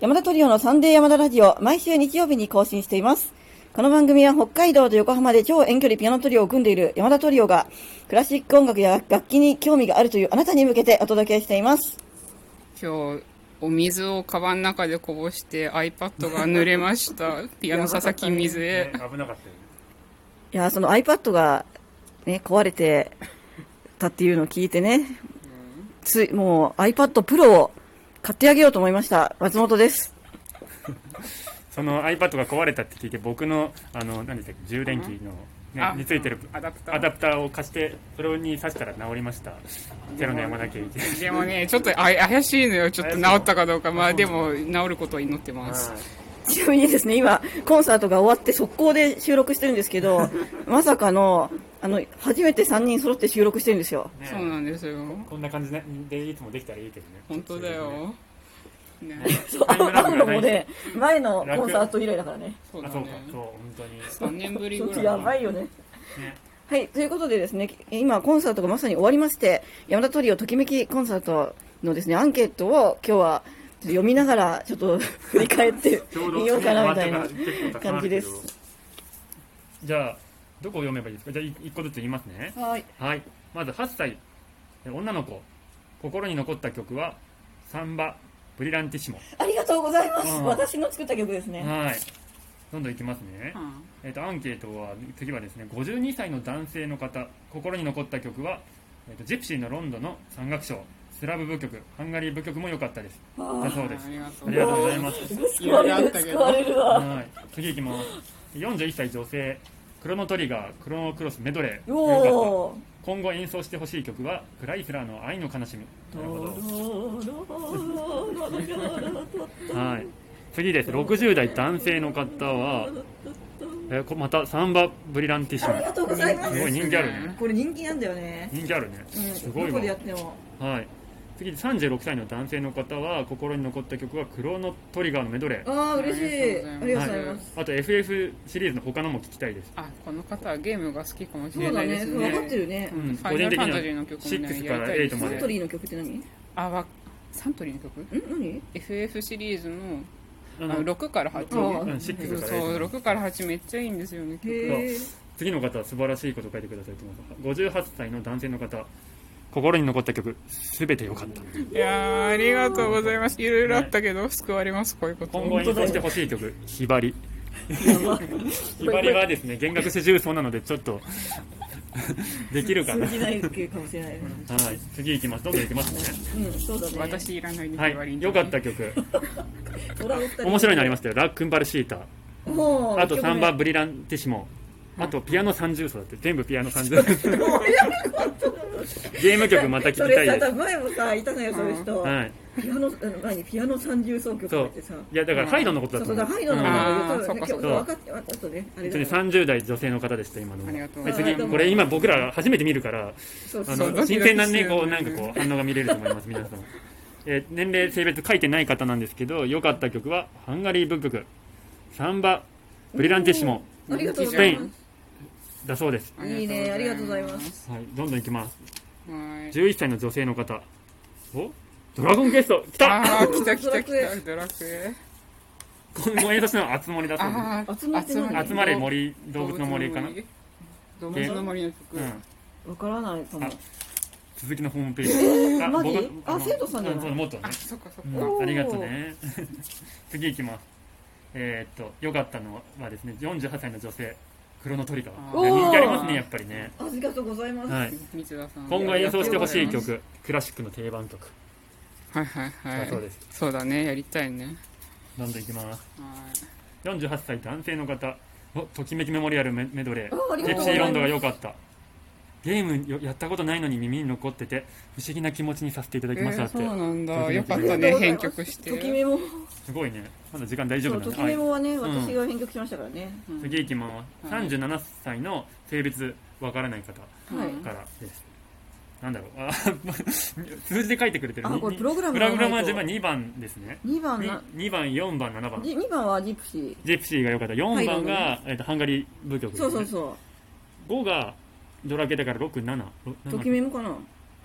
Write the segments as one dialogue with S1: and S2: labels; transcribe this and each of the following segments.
S1: 山田トリオのサンデー山田ラジオ、毎週日曜日に更新しています。この番組は北海道と横浜で超遠距離ピアノトリオを組んでいる山田トリオが、クラシック音楽や楽器に興味があるというあなたに向けてお届けしています。
S2: 今日お水をカバンの中でこぼして iPad が濡れましたピアノ佐々木水江
S3: ね危なかったよね
S1: いやー、その iPad がね、壊れてたっていうのを聞いてね、つい、もう iPad Pro を買ってあげようと思いました。松本です。
S3: その iPad が壊れたって聞いて僕のあの何でしたっけ充電器の、ね
S2: あ、
S3: についてる
S2: アダプター
S3: アダプターを貸してそれに挿したら治りましたゼロの山田圭一
S2: でもねちょっとあ怪しいのよちょっと治ったかどうかまあでも治ることを祈ってます
S1: ちなみにですね、今、コンサートが終わって速攻で収録してるんですけど、まさかの、あの、初めて3人揃って収録してるんですよ。
S2: そうなんですよ
S3: こんな感じねでいつもできたらいいけどね
S2: 本当だよね
S1: そう、
S3: タイムラ
S1: 会う
S3: グ
S1: の
S3: がない
S1: もね、前のコンサート以来だからね。
S2: そう
S3: あ
S2: だ
S3: そうか
S2: ね
S3: そう本当
S2: 3年ぶり
S1: ちょっ
S2: ぐ
S1: と
S2: ら
S1: や
S2: い
S1: ばいよね。
S3: に、ね、
S1: はい、ということでですね、今コンサートがまさに終わりまして、山田トリオときめきコンサートのですね、アンケートを今日は読みながらちょっと振り返って
S3: ちょうど
S1: みようかなみたいな
S3: 結構たくさんあ
S1: 感
S3: る
S1: じ
S3: け
S1: で
S3: ど
S1: す。
S3: じゃあどこを読めばいいですかじゃあい一個ずつ言いますね
S1: はい。
S3: はい、まず8歳え女の子心に残った曲は「サンバブリランティシモ
S1: ありがとうございます。
S3: うん
S1: 私の作った曲です」ね。
S3: はいどんどんいきますね
S2: う、ん
S3: えっとアンケートは次はですね52歳の男性の方心に残った曲は、えっとジプシーのロンドの山岳賞スラブ部曲ハンガリー部曲も良かったですだそうです
S2: ありがとう
S3: ありがとうございます
S1: 救われる、救われるわ。
S3: はい次いきます41歳女性クロノトリガークロノクロスメドレー良かっ
S1: おー。
S3: た今後演奏してほしい曲はクライスラーの愛の悲しみなるほどはい、次です60代男性の方は、えーこまたサンバブリランティシ
S1: ありが
S3: モ
S1: とうございます
S3: す。ごい人気あるね
S1: これ人気なんだよね。
S3: 人気あるね
S1: うん、
S3: すご
S1: ど
S3: いわ
S1: こでやっても。
S3: はい次36歳の男性の方は心に残った曲は「クロノトリガー」のメドレー
S1: ああ、嬉しい。あ
S2: あ
S1: り
S2: り
S1: が
S2: が
S1: と
S3: と
S1: うござ
S2: ざ
S3: うご
S1: い
S2: い
S1: ま。
S2: ます
S3: あと FF シリーズの他のも聞きたいです
S2: あこの方はゲームが好きかもし
S1: そ
S2: れ
S1: う
S2: な
S1: だ
S2: いで
S1: ね
S2: す。
S1: わかっ
S2: ね
S1: てるね。
S3: うん
S2: ファイナルファンタジーの曲もね
S3: 6から
S2: やりたいです
S3: 8
S1: サ
S3: ま
S1: ント
S3: で
S1: リーの曲って何ん
S2: あわサントリーの曲
S1: 何
S2: FF シリーズの
S3: あ
S2: あ
S3: の
S2: の6から
S1: あ
S2: 8
S3: うん
S2: そ
S3: 6
S2: う
S3: から
S2: そう
S3: 8まで
S2: 6から8めっちゃいいんですよね曲
S1: へえ。
S3: 次の方は素晴らしいこと書いてくださいと思います58歳の男性の方心に残った曲すべて良かった
S2: いやーありがとうございますいろいろあったけど救われますこういうこと
S3: 今後演奏してほしい曲「ひばり」 ひばりはですね弦楽四重奏なのでちょっと できるかな、
S1: 通じない系かもしれない。
S3: はい、次いきますどんどんいきますね
S1: うん、そうだね。
S2: 私いらないね
S3: はい良かった曲
S1: トラお二人
S3: 面白いのありましたよ「ラックンバルシータ
S1: も」う、
S3: あと
S1: 一曲目
S3: 3番「ブリランティシモ」あとピアノ三重奏だって全部ピアノ三重奏 ゲーム曲また聞き
S1: そ
S3: た
S1: れ
S3: い
S1: さ、
S3: で
S1: 多
S3: す
S1: 分前もさ、いたのよ、そういう人。
S3: はい
S1: ピアノ、あの、何、ピアノ三重奏曲っ
S3: そ
S1: て
S3: う
S1: さ。
S3: いやだからハイドンのこと
S1: そ
S3: だ
S1: う
S3: と
S1: そうだ、
S3: 思う
S1: ハイドン
S3: うん
S1: の
S2: あー
S1: 歌を
S2: そっ
S1: ね今
S2: か
S1: 日
S2: そっか
S1: 分かって、あとね、あれ
S3: 本
S1: だ
S3: 当に30代女性の方でした今の
S2: ありがとう
S3: はい次
S1: あーどうも
S3: これ今僕ら初めて見るから
S1: そうそ
S3: あ
S1: うそう
S3: の
S2: ドキドキ
S3: 新鮮なね
S2: する
S3: こうなんかこう反応が見れると思います皆さん、えー年齢性別書いてない方なんですけど良かった曲はハンガリー文曲サンバブリランティッシモ
S1: ありがとうご
S3: ス
S1: ざ
S3: ペイ
S1: いま
S3: ンだそうです、
S1: す。いいね、ありがとうございます。
S3: はい、どんどんいきます
S2: はい
S3: 11歳の女性の方おドラゴンクエスト来た
S2: あー来た来た来たドラクエ
S3: 今後演奏するのは集まりだそうで
S2: あー
S1: 集まってない
S3: す集まれ森動物の森かな、
S2: 動物の森の曲、
S3: うん、
S1: わからないかも
S3: あ。続きのホームページ、
S1: マジ
S3: 僕
S1: あ
S3: の
S1: 生徒さんじゃない
S3: あそうもっとね
S2: あそっかそっか、
S1: おー
S3: ありがとうね 次いきますえーっと良かったのはですね48歳の女性クロノトリガ
S2: あ
S3: ー
S2: ー
S3: 人気ありますねやっぱりね、
S1: ありがとうございます。
S3: はい、
S2: 三田さん
S3: 今後演奏してほしい
S1: ありがとうござ
S3: 曲クラシックの定番曲
S2: はいはいは
S3: だ
S2: い
S3: そうです
S2: そうだねやりたいね
S3: どんどんいきます
S2: はい
S3: 48歳男性の方おときめきメモリアルメメドレ
S1: ああ
S3: ー
S1: り
S3: ジ
S1: が
S3: ェ
S1: と
S3: プ
S1: うご
S3: シ
S1: ざいます
S3: ーロンドが良かったゲームよやったことないのに耳に残ってて不思議な気持ちにさせていただきました
S2: え
S3: っ
S2: ー
S3: て、
S2: そうなんだ
S3: 時
S2: よ
S3: 々
S2: かったね編曲して
S1: ときめも、
S3: すごいねまだ時間大丈
S1: そ
S3: 夫
S1: う
S3: な
S1: と
S3: のね
S1: きめもはね、
S3: はいうん
S1: 私が編曲しましたからね。
S2: うん
S3: 次いきます、
S2: はい
S3: 37歳の性別わからない方か
S1: は
S2: う
S1: い
S2: ん。
S3: らですなんだろうあ 数字で書いてくれてる
S1: あ
S3: に
S1: これプログラム
S3: プ
S1: がないと
S3: ログラムは順番2番ですね
S1: 二番な、
S3: 2番4番7番
S1: じ二番はジプシー。
S3: ジェプシーが良かった4番が、
S1: は
S3: えっとハンガリー舞曲です、
S1: そ
S3: ね、
S1: うそうそう。
S3: 5がドラケだから67
S1: ときめもかな。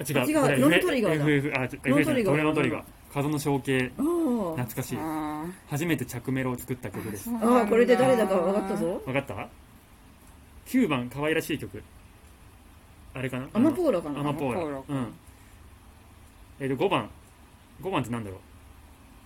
S3: 違う
S1: 違う
S3: これ
S1: ノントリガーだ
S3: FF あちょ
S1: ノントリガー
S3: FF これノントリガー風の象形
S1: おー
S3: 懐かしい
S2: あ
S3: 初めて着メロを作った曲です
S2: ー
S1: あーこれで誰だか分かった。ぞ
S3: わかった9番可愛らしい曲あれかな
S1: アマポーラか
S3: あのア
S1: な
S3: マポーラ
S2: アマポー
S3: う
S2: ラ
S3: んえっ、と5番5番ってなんだろ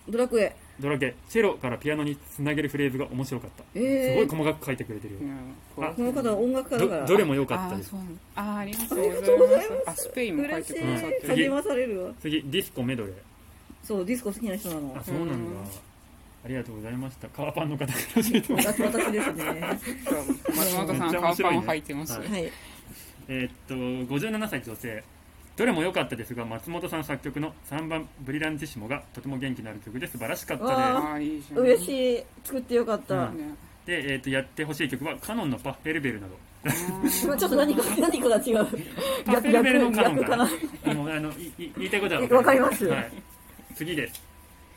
S3: う
S1: ドラクエ
S3: ドラケチェロからピアノにつなげるフレーズが面白かった、
S1: え
S3: すごい細かく書いてくれてるよ、
S2: うん
S3: あ
S1: この方は音楽家だから
S3: どどれも良かった
S2: あ
S3: で
S2: ー
S3: す
S2: そうなんあーありがとうございます。あスペインも書い
S1: 嬉してい
S2: くださって
S3: うん
S2: る。
S1: 励まされるわ
S3: 次ディスコメドレー
S1: そうディスコ好きな人なの
S3: あそうなんだ、
S2: うん
S3: ありがとうございましたカワパンの方から教 えてもらっ
S1: 私
S3: た
S1: 私です ね
S2: そう松本さんカーパンを履いてます
S3: めっちゃ面白いねは。
S1: はい
S3: えーっと57歳女性どれも良かったですが松本さん作曲の3番「ブリランティシモ」がとても元気のある曲で素晴らしかっ
S1: わ
S3: た
S2: あーいいじゃん。
S1: 嬉しい作ってよかった、
S3: うん
S2: ね
S3: ですで、えーっとやってほしい曲は「カノンのパッフェルベ ル」など
S1: ちょっと何か 何かが違う
S3: パッフェルベルのカノン
S1: 逆か
S3: かな
S1: な
S3: あのあのいい言いたいことは
S1: わかります
S3: はい、次です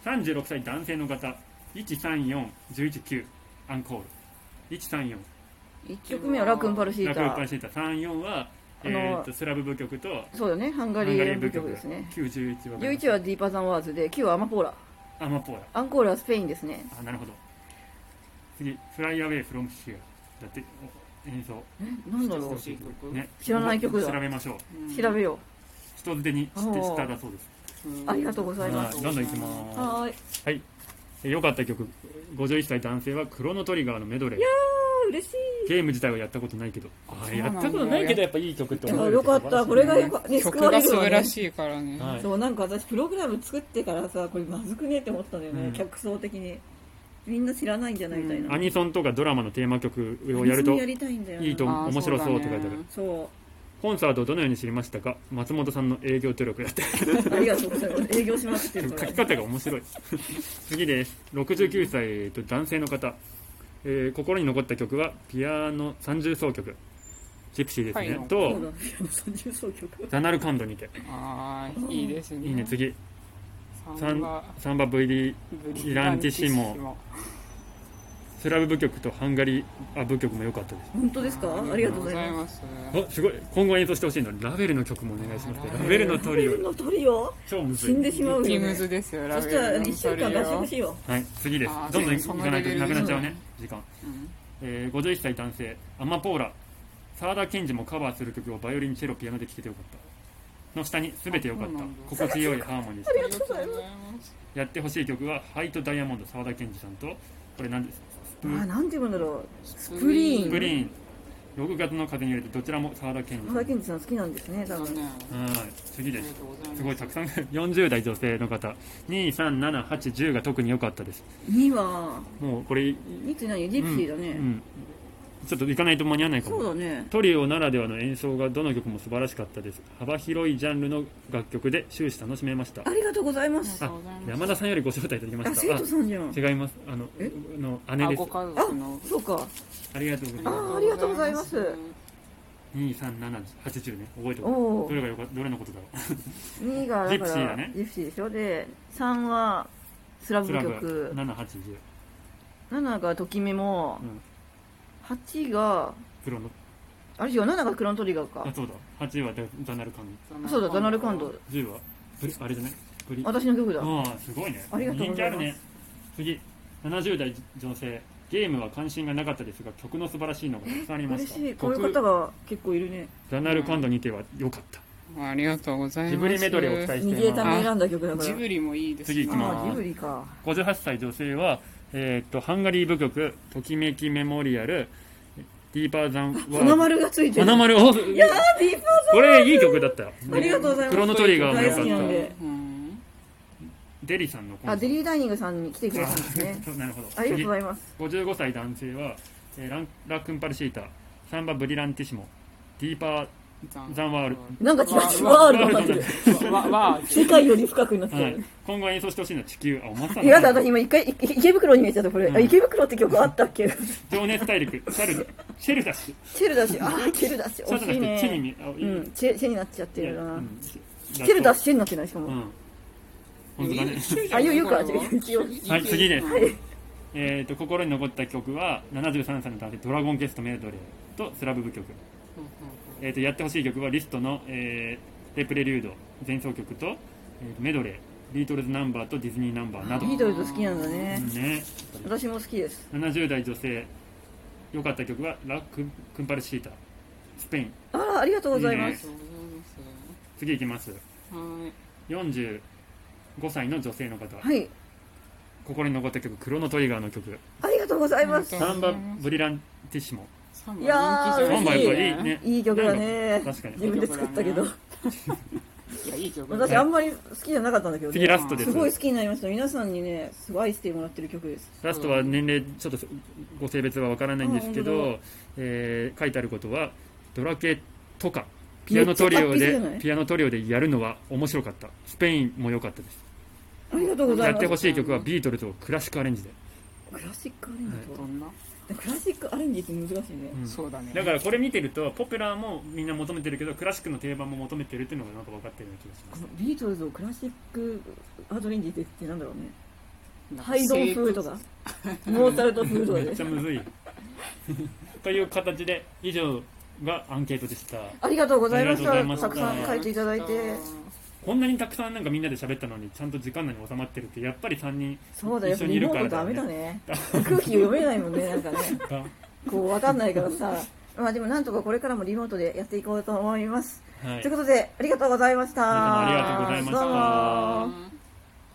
S3: 36歳男性の方134119アンコール134
S1: 1曲目はラクンパルシー
S3: ラクロパ
S1: タ
S3: ンシータ34は、え
S1: あの
S3: ーっとスラブ部曲と
S1: そうだねハンガ
S3: ハ
S1: リ
S3: ンガリ
S1: ー
S3: ー
S1: 部
S3: 部
S1: 曲
S3: 曲
S1: ですね
S3: 911は
S1: 11はディーパーザンワーズで9はアマポーラ
S3: アマポーラ
S1: アンコールはスペインですね
S3: あなるほど次「フライアウェイフロムヒアだってお演奏
S1: なんだろ
S2: 欲しい曲。
S3: ね
S1: 知らない曲だ
S3: 調べましょう
S2: うん
S1: う調べよ
S3: 人手に知ってしただそうです
S1: うありがとうございます
S3: はいどんどんいきま
S1: はーい
S3: すはいえ良かった曲51歳男性は「クロノトリガー」のメドレー
S1: あー嬉しい
S3: ゲーム自体はやったことないけどあ
S2: そう
S3: や
S2: な
S3: っ
S2: んだ
S3: たことないけどやっぱいい曲って
S1: い
S3: 思え
S1: や
S3: る
S1: よかったこれがよかね
S2: 曲
S1: 救わ
S2: が
S1: れ
S2: 素
S1: るわね
S2: 晴らしいからね。
S3: はい
S1: そうなんか私プログラム作ってからさこれまずくねって思ったんだよね、
S3: うん
S1: 客層的にみんな知らないんじゃないみたいな、
S3: アニソンとかドラマのテーマ曲をやる
S1: 別に
S3: と
S1: やりたいんだよない
S3: いと
S2: あー
S3: 面白そうっ
S2: そ
S3: て書いてあ
S2: うだ
S3: る
S2: ね
S1: そ
S3: コンサートをどのように知りましたか松本さんの営業努力だって
S1: うありがとうございます営業しまくって
S3: 書
S1: るから
S3: き方が面 白い次です69歳えっと男性の方、えー心に残った曲はピアノ三重奏曲ジプシーですね、
S1: そ
S2: はい
S1: うだ
S3: と
S1: 30奏曲
S3: ザナルカンドにて
S2: ああいいですね。
S3: いいね次サ
S2: サン
S3: ン
S2: バ
S3: サンバ VD
S2: ブ
S3: イランティシモ。スラブ部局とハンガリーあ部局も良かったです
S1: 本当ですかありがとうございます
S2: ます。
S3: おすごい今後演奏してほしいのラベルの曲もお願いしますねラベルのトリオ
S1: ラベルのトリオ
S3: 超むず
S1: 死んで
S3: い
S1: しまう
S2: キ
S1: よ、
S2: ム
S1: ね、そ
S2: ズですよ。ラ
S1: し
S2: ベ
S1: たら
S2: ルの
S1: 1週間出してほしいよ
S3: はい次です
S2: あー
S3: どんどん行
S2: そんな
S3: かないと
S2: レベル
S3: なくなっちゃうね時間
S2: うん
S3: えー51歳男性アマポーラ沢田研二もカバーする曲をバイオリンチェロピアノで聴けてよかったの下に全てよかっ
S2: あそう
S3: た
S2: なんだ
S3: 心地よいハーモニー
S2: ありがとうございます。
S3: やってほしい曲は「ハイトダイヤモンド沢田研二さんとこれ何です
S1: あーなんて言うんだろ
S2: ス
S1: プリーン
S3: グリーン6月の風に揺れてどちらも沢田研
S1: う
S3: 二さ
S1: 原
S3: ん
S1: 健二さん好きなんですね多分
S2: ね。
S3: はい次
S2: あ
S3: で
S2: りが
S3: す
S2: とうございます
S3: すごいたくさん 40代女性の方237810が特に良かったです
S1: 2は
S3: もうこれ
S1: 2って何ジプシーだね、
S3: うん、ちょっと行かないと間に合わないかも
S1: そうだね
S3: トリオならではの演奏がどの曲も素晴らしかったです幅広いジャンルの楽曲で終始楽しめました
S1: ありがとうございます
S2: あ
S1: あ
S3: あ山田さんよりご招待いただきました
S1: 生徒さんじゃん
S3: あ違いますあの
S1: え
S3: あの姉
S2: あ
S3: です
S2: ご家
S1: あ
S2: 族の。
S1: そうか
S3: ありがとうございま
S1: あありがとうございます
S3: す237080ね覚えておこ
S1: お
S3: う
S1: お
S3: どれがよかどれのことだろ
S1: 2がだか
S3: ジプシーだ
S1: ら
S3: ね
S1: ジプシーでしょで3はスラ
S3: う
S1: ブ
S3: スラブ
S1: 曲
S3: 7810
S1: 7がときめも
S3: うん
S1: 8が
S3: プロの
S1: あれ違う7がクロントリガー
S3: あ
S1: か
S3: そうだ8はザナルカン
S1: そうだダナルコンド。
S3: ド10はブリあれじゃないブリ
S1: 私の曲だ
S3: ああすごいね
S1: ありがとうございます
S3: 人気あるね次70代女性ゲームは関心がなかったですが曲の素晴らしいのがたくさんありま
S1: 嬉
S3: した
S1: しいこういう
S3: 曲
S1: 方が結構いるね
S3: ザナルカンドにては良かった
S2: ありがとうございます。
S3: ジブリメドレーをお伝え
S1: 逃
S3: して
S1: げ
S3: い
S1: た
S3: ます
S1: め選んだ曲だから
S2: ジブリもいいですね。
S3: 次行き
S1: あ
S3: ま
S1: あ
S3: す
S1: ジブリか
S3: 58歳女性は、えーっとハンガリー部曲「ときめきメモリアル」「ディーパーザン
S1: 花
S3: ワール
S1: 丸がつい」てる
S3: 花丸を
S1: いやーディーパ
S3: これいい曲だったよ
S1: ーありがとうございます
S3: クロノトリガーも良
S1: 大好きなん
S3: かっ
S1: で
S2: うん。
S3: たデリさんのコンサート
S1: あデリーダイニングさんに来てくれたんですね
S3: そうなるほど
S1: ありがとう
S3: 次
S1: ございます
S3: 55歳男性は、えーランラックンパルシータサンバブリランティシモディーパーザンワール
S1: なんか違う
S2: わ
S1: ワールドになってる
S2: わわ
S1: 世界より深くなって
S3: はい
S1: る、
S3: 今後演奏してほしいのは地球あお松さん
S1: いやだ私今一回い池袋に見えちゃったこれ、あ池袋って曲あったっけ
S3: 情熱大陸シャルシェルダシ
S1: チェルだしあーチェルだし
S3: シャ
S1: 惜
S3: ル
S1: し
S3: ダシ
S1: い
S3: ってチェに
S1: ね
S3: 見あいい
S1: うんチェチェになっちゃってるな、
S3: うん
S1: チェルだしチェになってないしかも、
S3: うん本当だね
S1: あゆゆか一応
S3: はい次です
S2: はい
S3: えーと心に残った曲は73歳の男性ドラゴンケストメドレーとスラブ部曲、えーとやってほしい曲はリストの、えーレプレリュード前奏曲と、えーメドレービートルズナンバーとディズニーナンバーなど、
S1: ビートルズ好きなんだね。
S3: ね、
S1: 私も好きです。
S3: 70代女性良かった曲はラククンパルシータスペイン
S1: あら、ありがとうございます。
S2: そうです
S3: 次いきます
S2: はい。
S3: 45歳の女性の方、
S1: はい。
S3: 心に残った曲クロノトリガーの曲
S1: ありがとうございます
S2: あ。りが
S3: サ
S2: とうござ
S3: ンバ
S2: います
S3: ブリランティッシモ
S2: サンバ
S1: いやー
S2: 人気
S3: サンバやっ
S1: 嬉
S3: ぱ
S1: し
S3: いいね
S1: いい曲だね。
S3: 確かに
S1: 自分で作ったけど。
S2: いや、いい曲だ
S1: 私あんまり好きじゃなかったんだけど
S3: 次
S1: ね。
S3: ラストです
S1: すごい好きになりました。皆さんにね、すごい愛してもらってる曲です。
S3: ラストは年齢ちょっとご性別はわからないんですけ
S1: あ本当
S3: ど、えー書いてあることはドラケとかピアノトリオ
S1: めっちゃ完璧じゃな
S3: で
S1: い
S3: ピアノトリオでやるのは面白かったスペインも良かったです
S1: ありがとうござ
S3: や
S1: い
S3: っ
S1: ま
S3: て
S1: す
S3: ほ。しい曲はビートルズをクラシックアレンジで、
S1: クラシックアレンジと
S2: どんな、
S1: クラシックアレンジって難しいね。
S3: うん
S2: そうだね。
S3: だからこれ見てるとポピュラーもみんな求めてるけどクラシックの定番も求めてるっていうのがなんか分かってるような気がしま
S1: こ
S3: す
S1: のビートルズをクラシックアレンジってってなんだろうね。
S2: なんか
S1: ハイドン風とか、モーツァルト風とか
S3: めっ
S1: で
S3: ちゃ。むずいという形で以上がアンケートでした
S1: ありがとうございまし
S3: あり
S1: た。
S3: がと
S1: た
S3: うご
S1: く
S3: ざいま
S1: さ
S3: した
S1: ん書いていただいて。
S3: こんなにたくさんなんかみんなで喋ったのにちゃんと時間内に収まってるってやっぱり3人
S1: そうだよ、
S3: 一緒にい
S1: リ
S3: る
S1: モ
S3: か
S1: ー
S3: ら
S1: トダメだ
S3: よ
S1: ね。空気読めないもんね、なんかね。こう、わかんないからさ。まあでもなんとかこれからもリモートでやっていこうと思います。
S3: はい
S1: ということで、ありがとうございました。
S3: 皆様ありがとうございました
S1: どうも
S2: うん